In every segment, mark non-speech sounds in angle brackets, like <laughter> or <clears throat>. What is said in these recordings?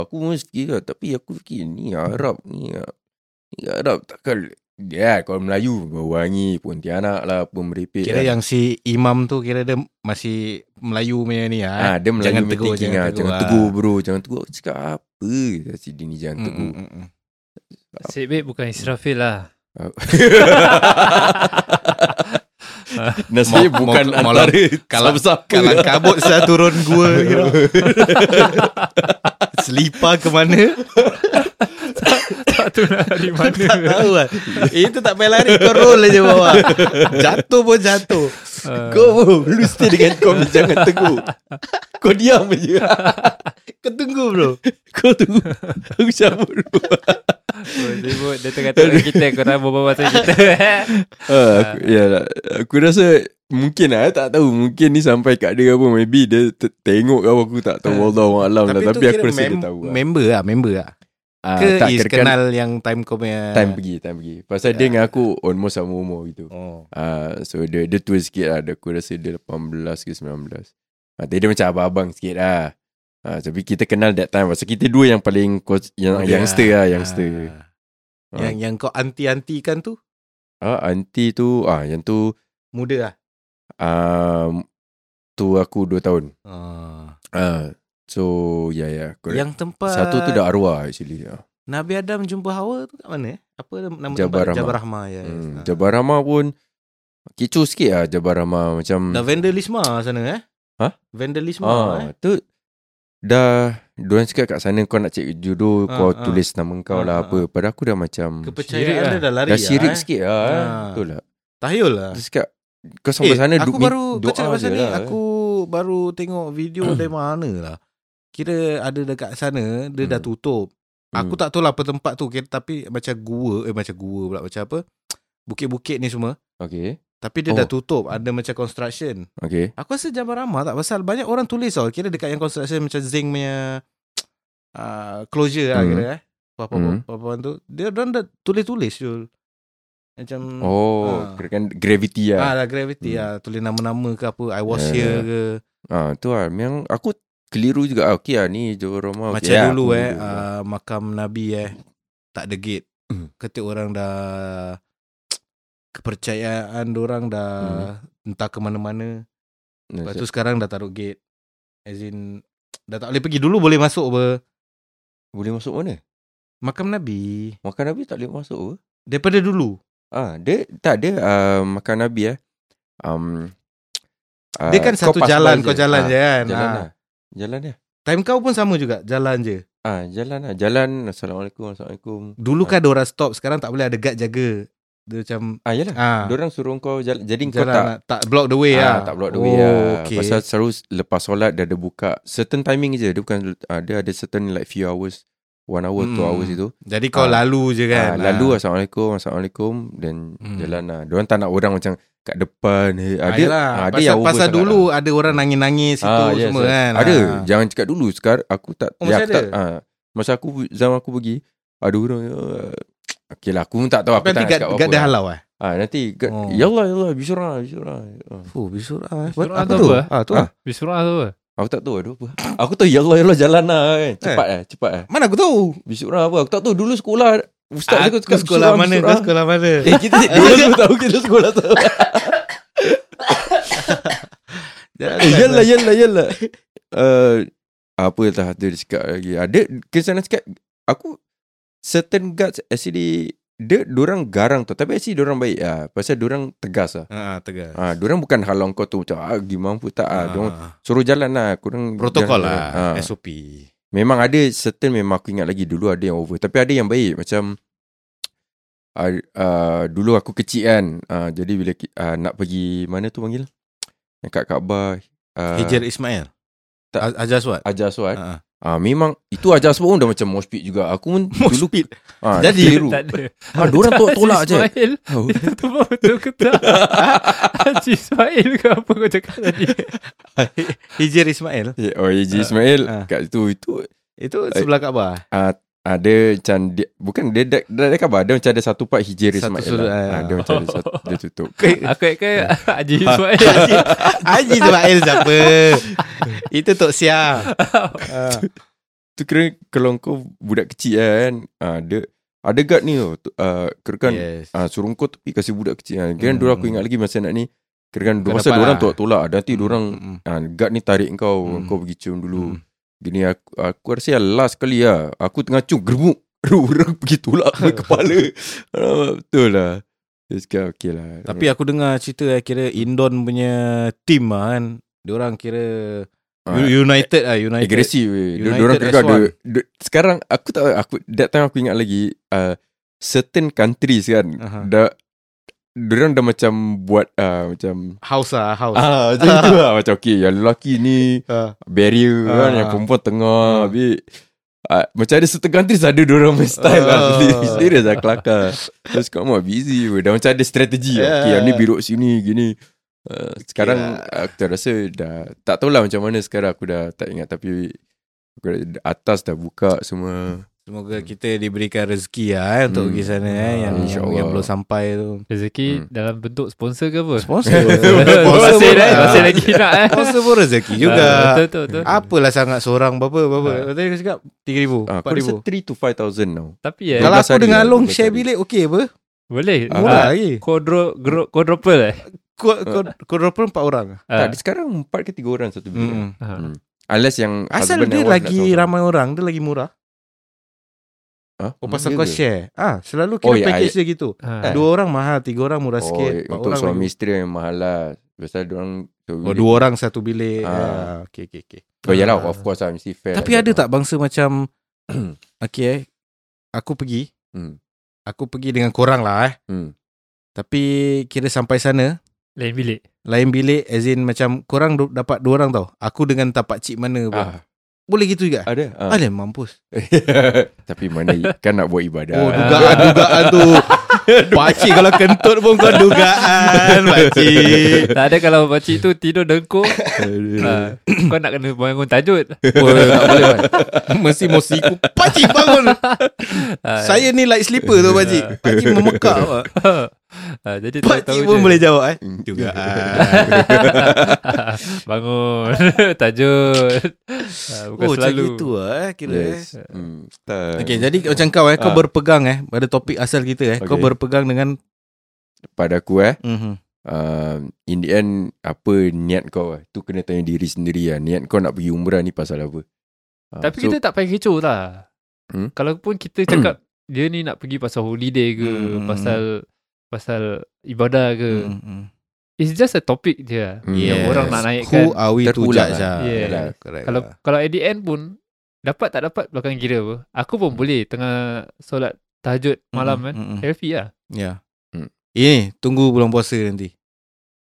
aku pun fikir lah. Tapi aku fikir ni Hmm. Arab ni ah. Ni Arab takkan dia yeah, kalau Melayu Wangi Pontianak lah Apa merepek Kira lah. yang si imam tu kira dia masih Melayu punya ni ah, ah. Dia Melayu jangan punya tegur, thinking jangan ah. tegur, Jangan ah. tegur bro Jangan tegur Aku cakap apa Si Dini jangan Hmm, tegur Nasib baik bukan Israfil lah. Nasib Mau- bukan mau- antara lah. kalau- Siapa-siapa <laughs> Kalang kabut saya turun gua kira. Selipar ke mana tak tahu nak dari mana. Tak <laughs> tahu kan Itu tak payah lari Kau roll aja bawah Jatuh pun jatuh Ah, Kau Lu stay dengan kau Jangan <laughs> tegur Kau diam je Kau tunggu bro Kau tunggu Aku cabut dulu oh, sibuk. Dia tengah tengok kita. Korang berbual pasal kita. <laughs> Ah, aku, ya, lah. aku rasa mungkin lah, tak tahu mungkin ni sampai kat dia apa maybe dia te- tengok kau aku tak tahu wallahu alam lah tapi aku rasa dia tahu. lah. Member lah Member lah Ah, Ke tak, is kira-kira kenal yang time kau punya time pergi time pergi. Pasal dia dengan aku almost sama umur gitu. Oh Ah so dia dia tua sikit lah. Dia- Aku rasa dia 18 ke 19. Ah tapi dia macam abang-abang sikit lah. Ah tapi kita kenal that time pasal kita dua yang paling kos- yang dia- youngster lah youngster. Ah. Ah. Yang yang kau anti-antikan tu Ah anti tu ah yang tu Muda lah ah tu aku 2 tahun. Ah. Ah, so ya yeah, ya. Yeah, correct. Yang tempat satu tu dah arwah actually. Ah. Nabi Adam jumpa Hawa tu kat mana eh? Apa nama Jabal tempat? Rahmah. Jabal Rahmah ya. Yes. Hmm. Ah. Jabal Rahmah pun kecoh sikit lah Jabal Rahmah macam Dah vandalisme ah sana eh? Hah? Vandalisme ah, eh? ah, tu dah diorang cakap kat sana kau nak cek judul Ah, kau ah. tulis nama kau Ah, lah ah. apa. Pada aku dah macam Syirik Kepercayaan dia lah. dah lari dah syirik lah, eh? sikit lah. eh. Ah. Betul lah. Tahayul lah. Dia cakap kau sampai Eh, sana aku mi- baru kau cakap pasal je ni, lah. aku baru tengok <clears throat> video dari mana lah. Kira ada dekat sana dia dah Hmm. tutup. Aku Hmm. tak tahu lah apa tempat tu kira, tapi macam gua eh macam gua pula macam apa? Bukit-bukit ni semua. Okay. Tapi Oh. dia dah tutup, ada macam construction. Okay. Aku rasa Jabal Rahmah tak pasal banyak orang tulis tau. Kira dekat yang construction macam Zinc punya uh, closure lah Hmm. kira eh. Apa-apa Hmm. apa tu. Dia orang dah tulis-tulis Jul. Macam Oh, Ah. kira kan gravity lah. ah lah Hmm. gravity Ya, lah tulis nama-nama ke apa I was Yeah. here ke. Ah, tu lah. Memang aku keliru juga. Ah, okay lah ni Jabal Rahmah. Macam okay, lah, dulu aku eh dulu. uh, makam Nabi eh tak ada gate. Hmm. Ketik orang dah kepercayaan orang dah Hmm. entah ke mana-mana. Lepas tu sekarang dah taruh gate. As in dah tak boleh pergi dulu boleh masuk apa. Boleh masuk mana? Makam Nabi Makan Nabi tak boleh masuk ke? Daripada dulu Ah, dia tak ada uh, makan Nabi eh. Um, uh, Dia kan satu jalan Kau jalan je kan Jalan Ah. lah. Jalan dia. Time kau pun sama juga Jalan je Ah, jalan lah. Jalan. Assalamualaikum. Assalamualaikum. Dulu kan ada orang stop Sekarang tak boleh ada guard jaga Dia macam Ah, yalah. ah, <laughs> Diorang suruh kau jalan. Jadi kau jalan tak. lah. tak block the way ah, lah tak block the Oh, way lah. okay. Pasal selalu lepas solat dia ada buka. Certain timing je. Dia bukan, ah, dia ada certain like few hours. One hour, two Hmm. hours itu. Jadi kau Ah. lalu je kan Ah, lalu Assalamualaikum, Assalamualaikum. Dan Hmm. jalan lah. Diorang tak nak orang macam kat depan. Eh, Ah, ada, yelah. ah, ada pasal, yang over pasal sangat dulu ada orang nangis-nangis Itu Ah, yes, semua yes. kan Ada Ah. Jangan cakap dulu Sekarang aku tak Oh, masih aku ada? tak, ha, Masa aku Zaman aku pergi Ada orang uh, Okay lah Aku pun tak tahu Aku Nanti tak nak guard, cakap guard dah apa halau eh ha, Nanti guard, Oh. Ah, oh. Yalah yalah Bisyurah Bisyurah ha. Fuh bisurah eh Bisurah Apa tu tu apa? Ah, tu Ah. Bisurah lah tu apa? Aku tak tahu ada apa Aku tahu yalah yalah jalan lah Eh. kan Cepat lah Cepat lah Mana aku tahu Bisyurah apa Aku tak tahu dulu sekolah Ustaz aku Aku cakap sekolah bisyurah, mana bisyurah. Kau sekolah mana <laughs> Eh kita <laughs> Dulu aku tahu Kita sekolah tahu Eh, Kan lah. yalah, yalah, yalah. uh, apa lah tu dia cakap lagi. Ada kesana cakap, aku certain guards actually, dia orang garang tu. Tapi actually orang baik lah. Pasal orang tegas lah. Ah, tegas Ah, orang bukan halang kau tu macam ah gimana pun tak ah. Diorang Ah. suruh jalan lah. Kurang Protokol Ah. lah SOP Memang ada certain memang aku ingat lagi dulu ada yang over. Tapi ada yang baik macam uh, uh, dulu aku kecil kan. Uh, jadi bila ki- uh, nak pergi mana tu panggil? Yang kat Kaabah. Uh, Hijr Ismail tak. tak. Ajar Swat Ajar Suat. <laughs> Ah, ah. Ah memang itu ajar sebab pun dah macam mospit juga. Aku pun <laughs> dulu Mospit. ah, Jadi, keliru. Tak ada. <laughs> Ah diorang tolak, tolak Haji je. Ismail. <laughs> Oh, Itu tu pun betul ke tak? Haji Ismail ke apa kau cakap tadi? Hijr Ismail eh, oh Haji Ismail Ah. kat situ itu Itu sebelah Kaabah <laughs> ada macam dia, bukan dia dah dah ada khabar dia macam ada satu part Hijri Satu Ismail. sudut, lah. ah. Ah, dia macam ada <laughs> satu, dia tutup. Aku ingat <laughs> Haji Ismail. <laughs> Haji Ismail siapa Itu Tok Sia Ah. Tu kira kalau kau budak kecil kan ah, dia, Ada guard ni tau tu, ah, Kira kan yeah. yes. ah, Suruh kau tepi Kasih budak kecil kan Kira kan Hmm. dulu aku ingat lagi Masa nak ni Kira kan Kau Masa dapat diorang lah. tolak-tolak Nanti Mm, diorang mm, ah, Guard ni tarik kau Hmm. Kau pergi cium dulu mm. Gini aku, aku rasa yang last kali lah Aku tengah cium <laughs> gerbuk Aduh orang pergi <laughs> tolak <laughs> ke kepala Alamak, Betul lah Dia cakap okay lah Tapi aku dengar cerita eh, Kira Indon punya Team lah kan Diorang kira Ah, United lah United agresif weh. Dia United dia orang kekal as dia, one. dia, sekarang aku tak aku that time aku ingat lagi uh, certain countries kan Aha. dah dia orang dah macam buat uh, macam House lah House ah <laughs> macam itu lah macam okay yang lelaki ni Ah. barrier Ah. kan yang perempuan tengah Ah. habis uh, macam ada certain countries ada dia orang punya style lah Ah. Serius- serius lah kelakar terus kau mah busy weh. dah macam ada strategi yeah. okay Yeah. yang ni biruk sini gini Uh, sekarang ah. aku tak rasa dah tak tahulah macam mana sekarang aku dah tak ingat tapi aku dah- atas dah buka semua Semoga kita diberikan rezeki lah eh, Untuk Hmm. pergi sana eh, yang, Ah, yang, insyaAllah. yang belum sampai tu Rezeki Hmm. dalam bentuk sponsor ke <laughs> apa? Sponsor masih, pun- lagi, ah. masih lagi nak eh. <laughs> Sponsor pun rezeki juga Ah, Betul, betul, betul. Apalah sangat seorang Berapa berapa Tadi kau cakap 3000 ah, aku rasa 3 4000 to 5000 now Tapi eh, Dua Kalau belas aku hari dengan lah, Along dua belas share hari. bilik Okey apa boleh. Ah. Murah Ah, lagi Quadro, gro, quadruple eh. Kau kau berapa empat orang tak Ah. dia sekarang 4 ke 3 orang satu bilik Mm. Ah. unless yang Asal Hmm. husband dia and wife nak lagi sama-sama. ramai orang Dia lagi murah ah, Oh pasal mungkin kau ke? share Ah Selalu Oh, kira ya, package dia gitu Ah. Dua orang mahal Tiga orang murah Oh, sikit empat untuk orang suami lagi- isteri yang mahal lah. Biasa diorang Oh dua orang satu bilik Ah. ah. Okay okay okay Oh yalah Ah. of course lah mesti fair. Tapi ada tak bangsa macam <clears throat> Okay eh Aku pergi Hmm. Aku pergi dengan korang lah eh Hmm. Tapi kira sampai sana Lain bilik. Lain bilik As in macam Korang du- dapat dua orang tau Aku dengan tapak cik mana pun Ah, Boleh gitu juga ada. Ah. Alah mampus Tapi mana kan nak buat ibadah. Oh <laughs> dugaan-dugaan tu Pakcik kalau kentut pun kau dugaan Pakcik tak ada kalau pakcik tu tidur <laughs> dengkuk. Hmm. ah, kau nak kena bangun tajud. Oh, tak boleh man. <laughs> Mesti mosiku Pakcik bangun Ah, Saya ni light sleeper tu pakcik Pakcik memekak pak. ah, jadi Pakcik tahu-tahu pun je. boleh jawab eh Hmm. Dugaan <laughs> Bangun <laughs> Tajud Ah, Bukan <laughs> Oh selalu macam itu lah eh Kira eh Yes. Hmm. Tak. Okay jadi macam kau eh Kau Ah. berpegang eh Pada topik asal kita eh Kau Okay. berpegang dengan pada aku eh Mhm. uh, in the end apa niat kau eh? Tu kena tanya diri sendiri lah. Niat kau nak pergi umrah ni pasal apa? Ah, Tapi kita tak payah kecoh lah Hmm? Kalau pun kita <clears throat> cakap Dia ni nak pergi pasal holiday ke Hmm. Pasal Pasal ibadah ke Mhm. It's just a topic je Hmm. Hmm. Yang Yes. orang nak Who naikkan are we to Terpulang judge lah. lah Yeah. Yalah, correct Kalau lah. kalau at the end pun Dapat tak dapat belakang kira apa Aku pun boleh tengah Solat tahajud malam Mhm, kan mhm. Healthy lah Ya. Hmm. Ini tunggu bulan puasa nanti.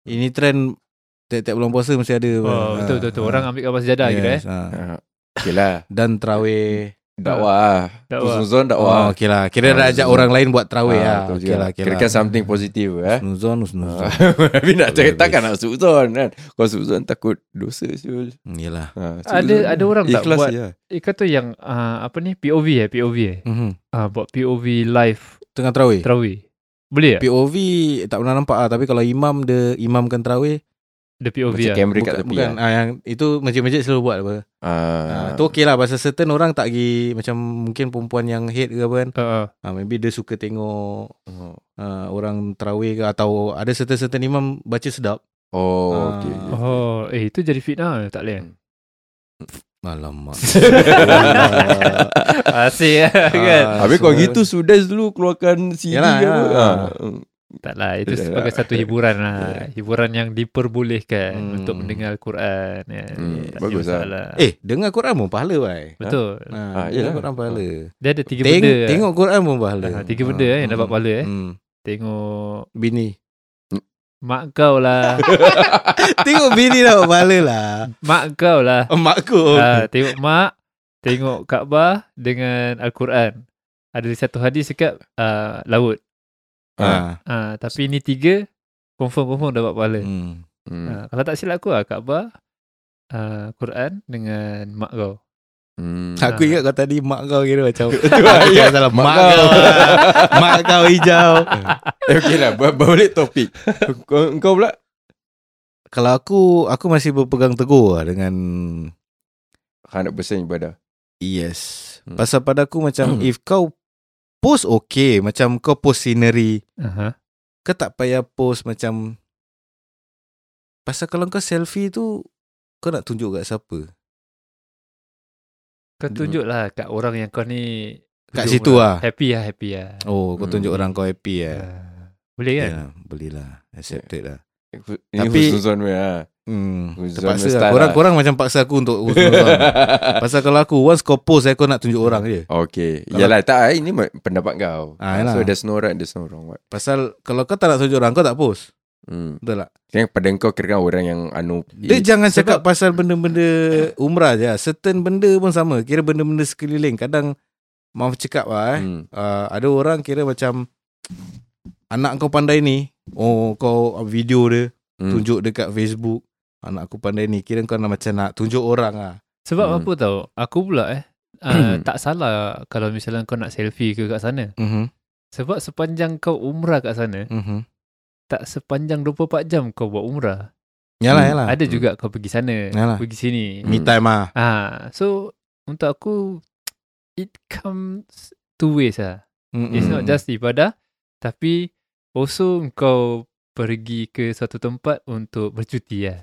Ini trend tiap-tiap bulan puasa mesti ada. Ah, oh, Betul betul betul Orang ambil kapas jadah kira eh Ha. Ah, okay <laughs> lah. Dan tarawih. Dakwah lah. Dakwah. Uzuzon Oh, dakwah. okey lah. Kira Ah, nak ajak betul. orang lain buat Ah, tarawih lah. betul Okey juga. lah, okey lah. Kirakan something positif eh. Snuzon, <laughs> snuzon. Tapi nak cakap takkan nak suzon kan. Kalau suzon takut dosa siul. Yalah. Ha, Ada ada orang tak Ikhlas buat je lah. Eh kata yang uh, Apa ni POV eh POV eh Mhm. uh, Buat POV live Tengah tarawih. Terawih Boleh tak? POV tak pernah nampak ah tapi kalau imam dia imamkan tarawih The POV Macam lah kamera kat bukan, tepi bukan lah. ah, yang itu masjid-masjid selalu buat apa. Ah, Ah, tu okey lah pasal certain orang tak pergi macam mungkin perempuan yang hate ke apa kan. uh, uh. Ah, maybe dia suka tengok Oh, uh, orang terawih ke atau ada certain-certain imam baca sedap. oh Ah. okay. okay. Oh Eh itu jadi fitnah Tak boleh <laughs> Alamak. Ah. Asyik lah kan Ah, Habis kalau gitu sudah dulu keluarkan CD Yalah, ke apa? yalah. Ah. Tak lah Itu Yalah. sebagai satu hiburan lah Hiburan yang diperbolehkan Hmm. Untuk mendengar Al-Quran ya. Hmm, Tak ada bagus lah. masalah. Eh, dengar Quran pun pahala bai. Betul Ha, Ah, dengar yelah. Quran pahala. Dia ada tiga Teng- benda eh. tengok Quran pun pahala. Ah, tiga benda, eh, yang dapat pahala, eh. Hmm. Tengok Bini. Mak kau lah tengok bini dapat pahala lah. Mak kau lah Emak aku. <laughs> Ah, tengok mak, tengok Kaabah dengan Al-Quran. Ada satu hadis dekat uh, laut. Ah. Ah, tapi ni tiga confirm-confirm dapat pahala. Hmm. Hmm. Hmm. Ah, kalau tak silap aku ah Kaabah, ah, Quran dengan mak kau. Hmm. Aku ingat kau tadi mak kau kira <laughs> macam Ya. lah, Salah mak, kau, lah. <laughs> Mak kau hijau <laughs> Eh, okay lah, ba- balik topik. Kau, kau pula? Kalau aku Aku masih berpegang teguh lah dengan 100% ibadah. Yes. Hmm. E Pasal pada aku macam Hmm. if kau post okay, macam kau post scenery, Aha. kau tak payah post macam pasal kalau kau selfie tu kau nak tunjuk kat siapa? Kau tunjuklah kat orang yang kau ni Hmm. Kat hidung situ lah. Happy lah, happy lah. Oh, kau tunjuk Hmm. orang kau happy eh. Ah, Boleh Ya, kan? yeah, belilah. Accepted lah. Tapi- Tapi Husnuzon punya <laughs> ha. Hmm, Husnuzon punya terpaksa lah. style Korang, korang macam paksa aku untuk <laughs> husnuzon. Pasal kalau aku once kau post eh, kau nak tunjuk orang je. Okay Kalau- Yalah tak ah, Ini ma- pendapat kau Ah, yalah. So there's no right There's no wrong what Pasal kalau kau tak nak tunjuk orang kau tak post. hmm. Betul tak? Yang pada kau kira kan orang yang Anu eh, Dia jangan cakap pasal benda-benda umrah je. lah. Certain benda pun sama. Kira benda-benda sekeliling. Kadang maaf cakap lah eh. Hmm. hmm. Uh, ada orang kira macam anak kau pandai ni. Oh kau video dia Hmm. hmm. tunjuk dekat Facebook. Anak aku pandai ni. Kira kau nak macam nak tunjuk orang lah. Sebab Hmm. apa tau? Aku pula eh. <clears throat> Uh, tak salah kalau misalnya kau nak selfie ke kat sana. Mm-hmm. Sebab sepanjang kau umrah kat sana, Mm-hmm. tak sepanjang 24 jam kau buat umrah. Yalah, Hmm. yalah. Ada hmm. juga kau pergi sana, Ah, Yalah. pergi sini. Hmm. Me time lah. Ah, so untuk aku it comes two ways lah. Mm-mm. It's not just ibadah tapi also kau pergi ke suatu tempat untuk bercuti lah.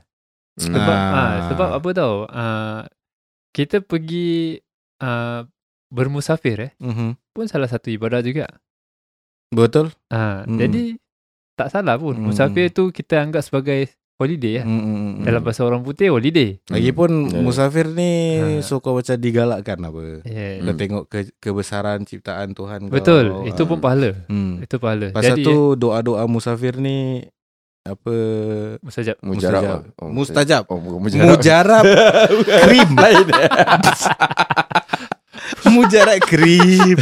Sebab hmm. ah. Ah. sebab apa tau? Ah, kita pergi ah, bermusafir eh Mhm. pun salah satu ibadah juga. Betul? Ah, Mm. jadi tak salah pun. Mm. Musafir tu kita anggap sebagai holiday lah. Mm-mm. Dalam bahasa orang putih holiday. Lagipun Hmm. musafir ni Ha. so kau macam digalakkan apa. Yeah. Kau tengok ke, kebesaran ciptaan Tuhan kau. Betul. itu Ah. pun pahala. Hmm. Itu pahala. Pasal Jadi, tu doa-doa musafir ni apa mustajab. Mujarab mustajab. lah. Oh, Mustajab. Oh bukan mujarab <laughs> Mujarab krim Lain <laughs> Mujarab krim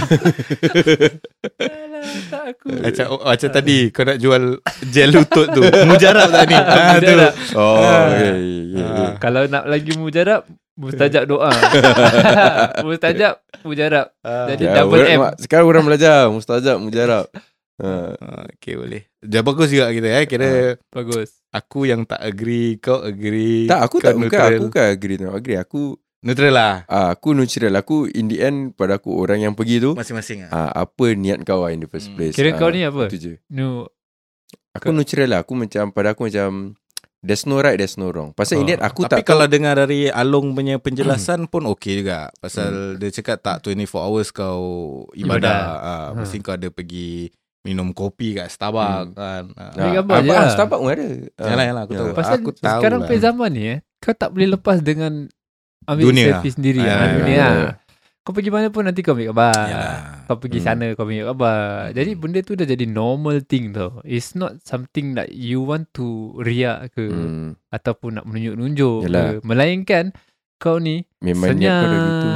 Alah, tak aku. Macam, oh, macam tadi Kau nak jual Gel lutut tu <laughs> Mujarab <laughs> tak ni ah, tu. Mujarab. Oh okay, yeah, yeah. Ah. Kalau nak lagi mujarab, mustajab <laughs> doa. mustajab, mujarab. Ah. Jadi- double Ya, orang- M. mak- Sekarang orang belajar Mustajab Mujarab ha. Ah, Okay boleh Dah bagus juga kita eh Kira Bagus. Aku yang tak agree Kau agree Tak aku Kau tak Bukan neutral. aku kan- bukan agree no. Agree aku Neutral lah ah, Aku neutral Aku in the end Pada aku orang yang pergi tu Masing-masing lah ah, Apa niat kau lah In the first Hmm. place Ah, Kira kau ni apa? Itu je No. Aku neutral lah Aku macam Pada aku macam There's no right There's no wrong Pasal in Oh, the end Aku Tapi tak Hmm. kalau dengar dari Along punya penjelasan pun okey juga. Pasal dia cakap tak 24 hours kau ibadah. Ibadah. Ah, Hmm. Ha. Mesti kau ada pergi minum kopi kat Starbucks kan. Ah. Ambil gambar Abang je lah. Starbucks pun ada Ah. Yalah, yalah, aku tahu. Pasal Aku tahu sekarang lah. punya zaman ni eh, kau tak boleh lepas dengan ambil Dunia selfie sendiri. Ah, Ah, ya, dunia. ya, lah. Kau pergi mana pun nanti kau ambil khabar. Yalah. Kau pergi Hmm. sana kau ambil khabar. Hmm. Jadi benda tu dah jadi normal thing tau. It's not something that you want to riak ke. Hmm. ataupun nak menunjuk-nunjuk Yalah. ke. melainkan kau ni Memang niat senyap kau dah gitu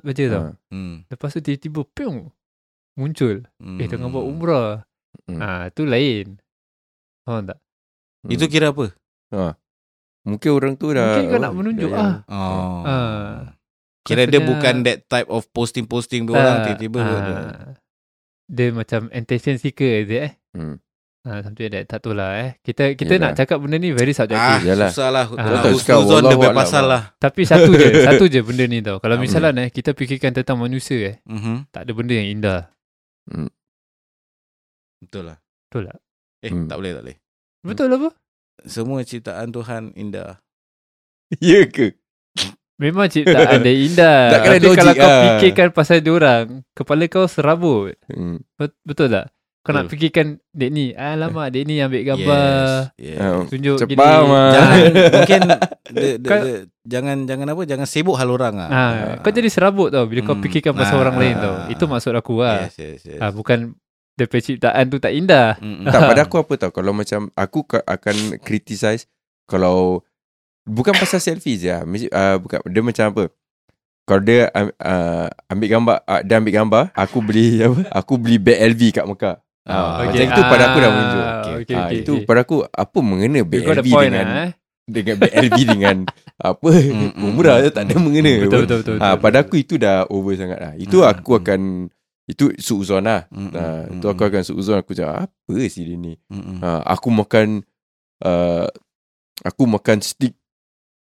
betul tau Ah. Hmm. lepas tu tiba-tiba piung muncul Hmm. eh tengah buat umrah Hmm. ah tu lain faham tak Hmm. Itu kira apa? Mungkin orang tu dah Mungkin kau oh, nak menunjuk dah- ah. Oh. Ah. Kira dia Maksudnya- bukan that type of posting-posting tu orang Ah, tiba-tiba. ah. dia macam attention seeker je eh Hmm. <laughs> ah something like that tak tahu lah eh kita Yalah. kita nak cakap benda ni very Ah, subjective Yalah. susah lah. Ah. Ah, Husnuzon Wallahu dia punya a'lam. pasal lah. tapi satu je satu je benda ni tau kalau Hmm. misalnya eh kita fikirkan tentang manusia eh Mhm. tak ada benda yang indah Betul lah. betul tak Eh, Hmm. tak boleh, tak boleh. betul apa Semua ciptaan Tuhan indah. Ya ke Memang ciptaan dia indah. Tak kena Tapi logik kalau kau lah. fikirkan pasal diorang, kepala kau serabut. hmm. Bet- Betul tak? Kau nak Betul. fikirkan dek ni. Alamak, dek ni ambil gambar. Yes. Ya, yes. Ah, Tunjuk Cepat, gini. Mak. Jangan mungkin de, de, Kau- de, jangan jangan apa jangan sibuk hal orang ah. Ha, kau jadi serabut tau bila kau Hmm. fikirkan pasal Ah, orang lain ah, tau. ah. Itu maksud aku lah. Yes, yes, yes. Ah, bukan dia punya ciptaan tu tak indah. Mm, mm. <laughs> Tak pada aku apa tau Kalau macam Aku ka- akan criticize Kalau Bukan pasal selfie je lah. Mesti- ah, bukan, Dia macam apa Kalau dia am- ah, Ambil gambar ah, Dia ambil gambar Aku beli <laughs> apa Aku beli bag LV kat Mekah Ah, Okey. Macam itu pada aku dah muncul. Okay, okay, okay, okay, Itu pada aku Apa mengena bag You got LV the point dengan, lah eh. <laughs> dengan Bag LV dengan Apa <laughs> Hmm, <laughs> Mm, mm, Umrah je mm. tak ada mengena Betul, betul, betul, Ah, betul. Pada aku itu dah over sangat lah Itu Mm, aku mm. akan Itu suuzon lah Mm, Hmm, mm, Ah, mm, Itu aku mm, akan suuzon Aku cakap Apa sih dia ni mm, hmm. mm. Ha, aku makan uh, aku makan steak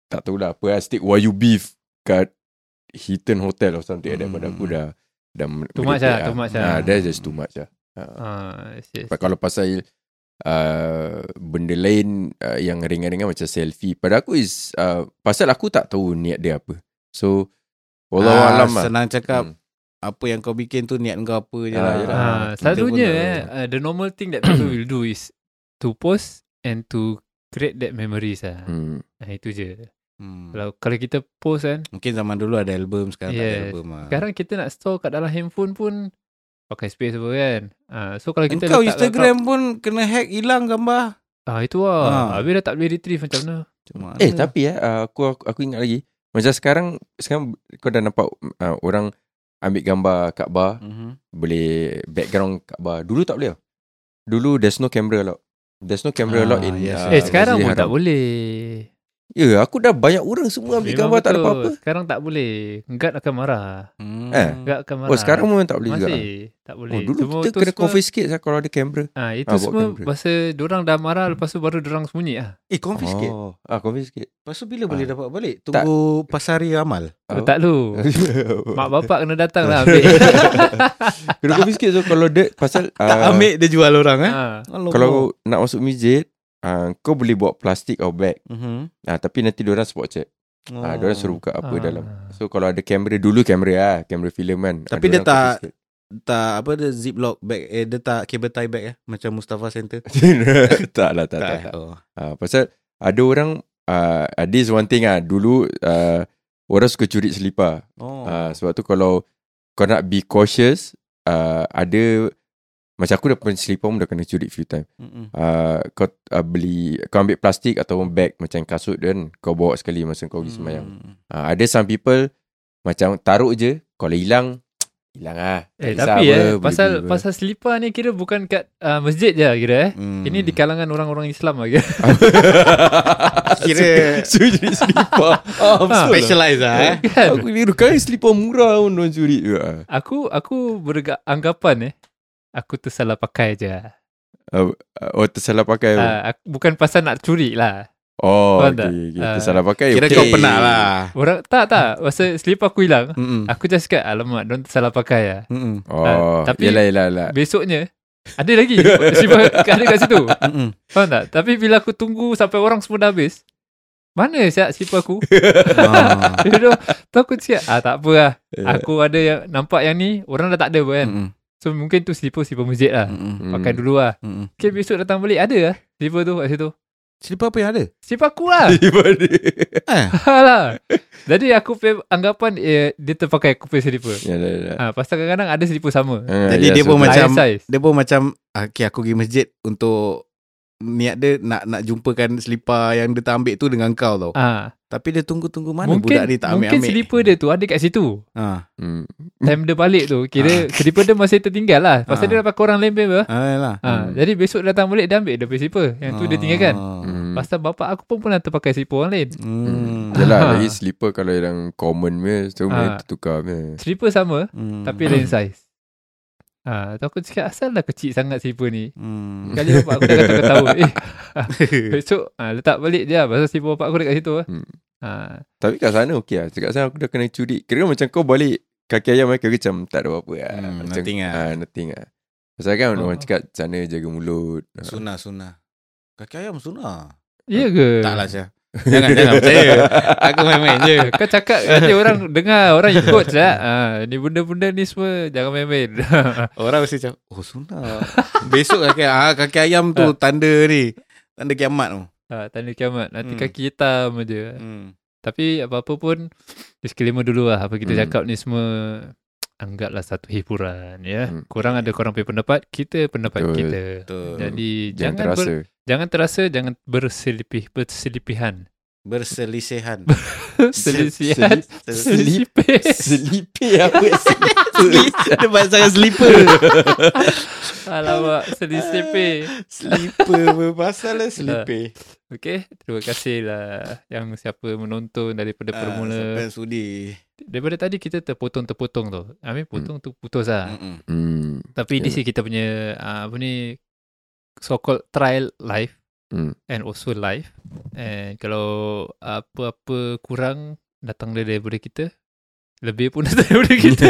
tak tahulah apa lah, steak wayu beef kat Hilton Hotel or something like that Hmm. pada aku dah dah Too much merepek lah, too much lah. Ah, that's just too much lah. Ah. Ah, yes, yes. Sebab kalau pasal uh, benda lain uh, yang ringan-ringan macam selfie pada aku is uh, pasal aku tak tahu niat dia apa. So wallahu Ah, alam lah. Senang cakap Hmm. apa yang kau bikin tu niat kau apa je Ah, lah. yelah. Ah, Kita selalunya pun eh, tahu. uh, the normal thing that people will do is to post and to create that memories lah. Hmm. Hmm. Ah, itu je. Hmm. Kalau kalau kita post Ah. kan, Mungkin zaman dulu ada album sekarang tak ada Yes. album lah. sekarang kita nak store kat dalam handphone pun pakai space apa kan. Ah, so kalau kita Engkau letak Instagram pun kena hack hilang gambar. kat- ah itu lah. Ah. Habis dah tak boleh retrieve macam mana. Cuma Eh tapi ya uh, aku, aku aku ingat lagi macam sekarang sekarang kau dah nampak uh, orang ambil gambar Kaabah Mhm. boleh background Kaabah. Dulu tak boleh. tau. Dulu there's no camera allowed. There's no camera Ah, allowed in yes. uh, eh sekarang Masjidil pun tak Haram. boleh. Ya, aku dah banyak orang semua ambil Memang gambar tak ada betul. apa-apa. Oh, Sekarang tak boleh. Guard akan marah. Hmm. Eh. Guard akan marah. Oh, sekarang memang tak boleh juga. Masih tak boleh. Oh, dulu Cuma kita tu kena semua- confiscate lah kalau ada kamera. Ah itu Ah, buat semua kamera. masa dorang dah marah lepas tu baru dorang sembunyi ah. Eh confiscate. Oh. Oh, ah confiscate. Lepas tu bila boleh Ah. dapat balik? Tunggu pasari amal. Oh, Oh. tak lu. Mak <laughs> Mak bapak kena datang lah ambil. kena confiscate so kalau dia pasal Tak ah, ambil dia jual orang eh. <laughs> ha. Allah. kalau nak masuk masjid ah, kau boleh buat plastik or bag. Mhm. Ah tapi nanti dia orang spot check. Oh. Ah dia orang suruh buka apa Ah. dalam. So kalau ada kamera dulu kamera ah, kamera filem kan. Ah, Tapi dia dorang tak- confiscate. tak apa dia ziplock bag eh dia tak cable tie bag eh macam Mustafa Center. <laughs> tak lah tak tak. tak. eh? Oh. Ah, pasal ada orang ah uh, this one thing ah dulu ah, orang suka curi selipar. oh. Ah, sebab tu kalau kau nak be cautious, uh, ada macam aku dah pernah selipar pun dah kena curi few time. Mm-mm. Uh, kau uh, beli kau ambil plastik atau bag macam kasut dan kau bawa sekali masa kau pergi semayang. Mm. Uh, ada some people macam taruh je kalau hilang hilang ah. Eh Tak tapi kisah eh apa, beli-beli pasal apa. <laughs> pasal selipar ni kira bukan kat uh, masjid je kira eh. Mm. Ini di kalangan orang-orang Islam lah lagi. Kira- suruh curi <laughs> selipar. Ah, Ah, betul lah. specialize lah eh. <laughs> kan? Aku kira kali selipar murah pun orang curi. Ah, Aku aku beranggapan eh aku tersalah pakai je. lah. ah, Oh tersalah pakai. pun. Ah, aku, bukan pasal nak curi lah. Oh, Faham okay, tak? okay. Ah. Tersalah pakai. Kira okay. kau penat lah. Orang tak tak pasal selipar aku hilang. Mm-mm. Aku just kat alamak don tersalah pakai ah. Mm-mm. Oh, tapi- yelah, yelah, yelah. Besoknya ada lagi <laughs> selipar ada kat situ. <laughs> Mm-mm. Faham tak? Tapi bila aku tunggu sampai orang semua dah habis. Mana siap selipar aku? Ah. You know, tu aku cakap, <laughs> ah tak apa lah. Eh, <laughs> Aku ada yang nampak yang ni, orang dah tak ada pun kan. Mm-mm. So mungkin tu selipar-selipar masjid lah. Mm-mm. Hmm. Pakai dulu lah. Mm-mm. Okay besok datang balik, ada lah selipar tu kat situ. Selipar apa yang ada? Selipar aku <laughs> lah. Tiba dia. Eh. lah. Jadi aku punya anggapan eh, dia terpakai aku punya selipar. Yalah, yalah. Ha, pasal kadang-kadang ada selipar sama. Ah, Jadi ya, dia so pun tu- Eh, Macam- Lain size. Dia pun macam ah, Okay aku pergi masjid Untuk Niat dia nak nak jumpakan selipar Yang dia tak ambil tu dengan kau tau Ha, Tapi dia tunggu-tunggu Mana mungkin budak ni tak ambil-ambil mungkin selipar dia tu ada kat situ. ha. Hmm. Time dia balik tu, kira selipar dia masih tertinggal lah. Ah. Pasal dia dah pakai orang lain punya apa. Ah, lah. Ha, Hmm. Jadi besok datang balik Dia ambil dia punya slipper Yang tu Ah. dia tinggalkan Hmm. Pasal bapak aku pun Pernah terpakai slipper orang lain Hmm. Yalah, Ah. lagi slipper kalau yang common punya, so ha. Ah. tukar punya. Slipper sama Hmm. Tapi lain size ha, Tu aku cakap Asal lah kecil sangat slipper ni Hmm. Kali bapak aku dah kata <laughs> tahu Eh besok ha, Letak balik je lah Pasal slipper bapak aku Dekat situ lah Hmm. ha, Tapi kat sana okey lah. Cakap sana aku dah kena curi. Kira macam kau balik kaki ayam kan, kira macam tak ada apa-apa lah. Hmm, Macam, nothing lah. ah, nothing lah. Pasal kan Oh. orang cakap sana jaga mulut. <laughs> ah, Sunnah sunnah Kaki ayam sunnah Ya ke Tak lah Syah Jangan jangan <laughs> percaya Aku main-main je Eh, Kau cakap Nanti orang dengar Orang ikut je ha, Ni benda-benda ni semua Jangan main-main <laughs> Orang mesti macam Oh sunnah Besok kaki, ah, kaki ayam tu Tanda ni Tanda kiamat tu ha, Tanda kiamat Nanti Hmm. kaki hitam je hmm. Tapi apa-apa pun Disclaimer dulu lah Apa Hmm. kita hmm. cakap ni semua Anggaplah satu hiburan ya. Hmm. Hmm. Korang ada korang punya pendapat Kita pendapat Betul. kita Betul Jadi Jangan jangan terasa. Ber, <laughs> jangan terasa Jangan berselipih Berselipihan Berselisehan <laughs> Selisihan selip- Selipih Selipir <laughs> apa? Dia bahasa dengan slipper <laughs> Alamak Selisipih Slipper Berpasal lah slipper Okay Terima kasih lah Yang siapa menonton Daripada Ah, permula Sampai sudi Daripada tadi kita terpotong-terpotong tu I mean potong tu putus lah Mm-mm. Hmm. Ya. Tapi this Yeah. is kita punya uh, apa ni so called trial live Hmm. <laughs> and also live. And kalau apa-apa kurang datang dia daripada kita, Lebih pun <laughs> daripada <laughs> kita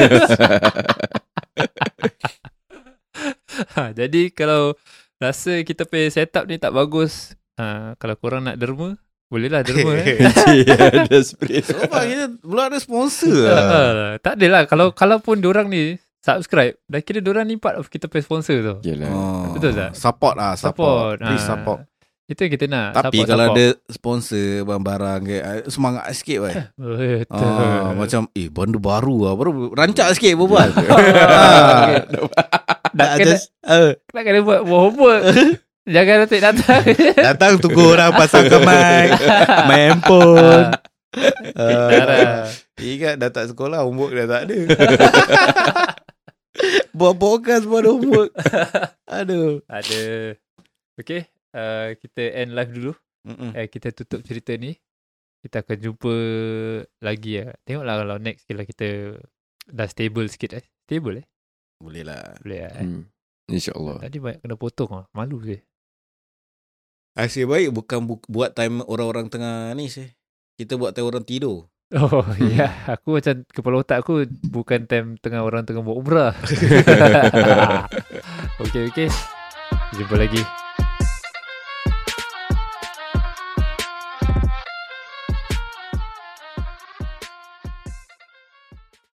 ha, Jadi kalau Rasa kita punya setup ni tak bagus ha, Kalau korang nak derma Bolehlah derma eh. Ada spray <laughs> Sebab kita belum ada sponsor Ha, lah. ha, Tak adalah Kalau kalau pun dorang ni Subscribe Dah kira dorang ni part of kita punya sponsor tu Yelah Oh, Betul tak? Support lah Support, support. Please ah. support. Itu yang kita nak Tapi support, kalau support. ada sponsor barang-barang ke, ah, semangat sikit weh. <laughs> Betul Ah, macam eh benda baru lah baru rancak sikit <laughs> berbual. Ah. okay. Tak kena- just, ah, Nak kena buat <laughs> homework Jangan nanti <laughs> datang datang tunggu orang pasang ke <laughs> mic, main Oh, Ah. handphone. Ah, Darah. ingat dah tak sekolah homework dah tak ada. <laughs> Buat podcast buat <laughs> homework. Aduh. Ada Okay uh, Kita end live dulu eh, Kita tutup cerita ni Kita akan jumpa Lagi ya Tengoklah kalau next Kalau kita Dah stable sikit eh Stable eh Boleh lah. Boleh lah eh hmm. InsyaAllah Tadi banyak kena potong lah Malu je Asyik baik bukan bu- buat time orang-orang tengah ni sih. Kita buat time orang tidur. <laughs> Oh ya Aku macam Kepala otak aku Bukan time Tengah <laughs> orang tengah buat umrah Okay okay Jumpa lagi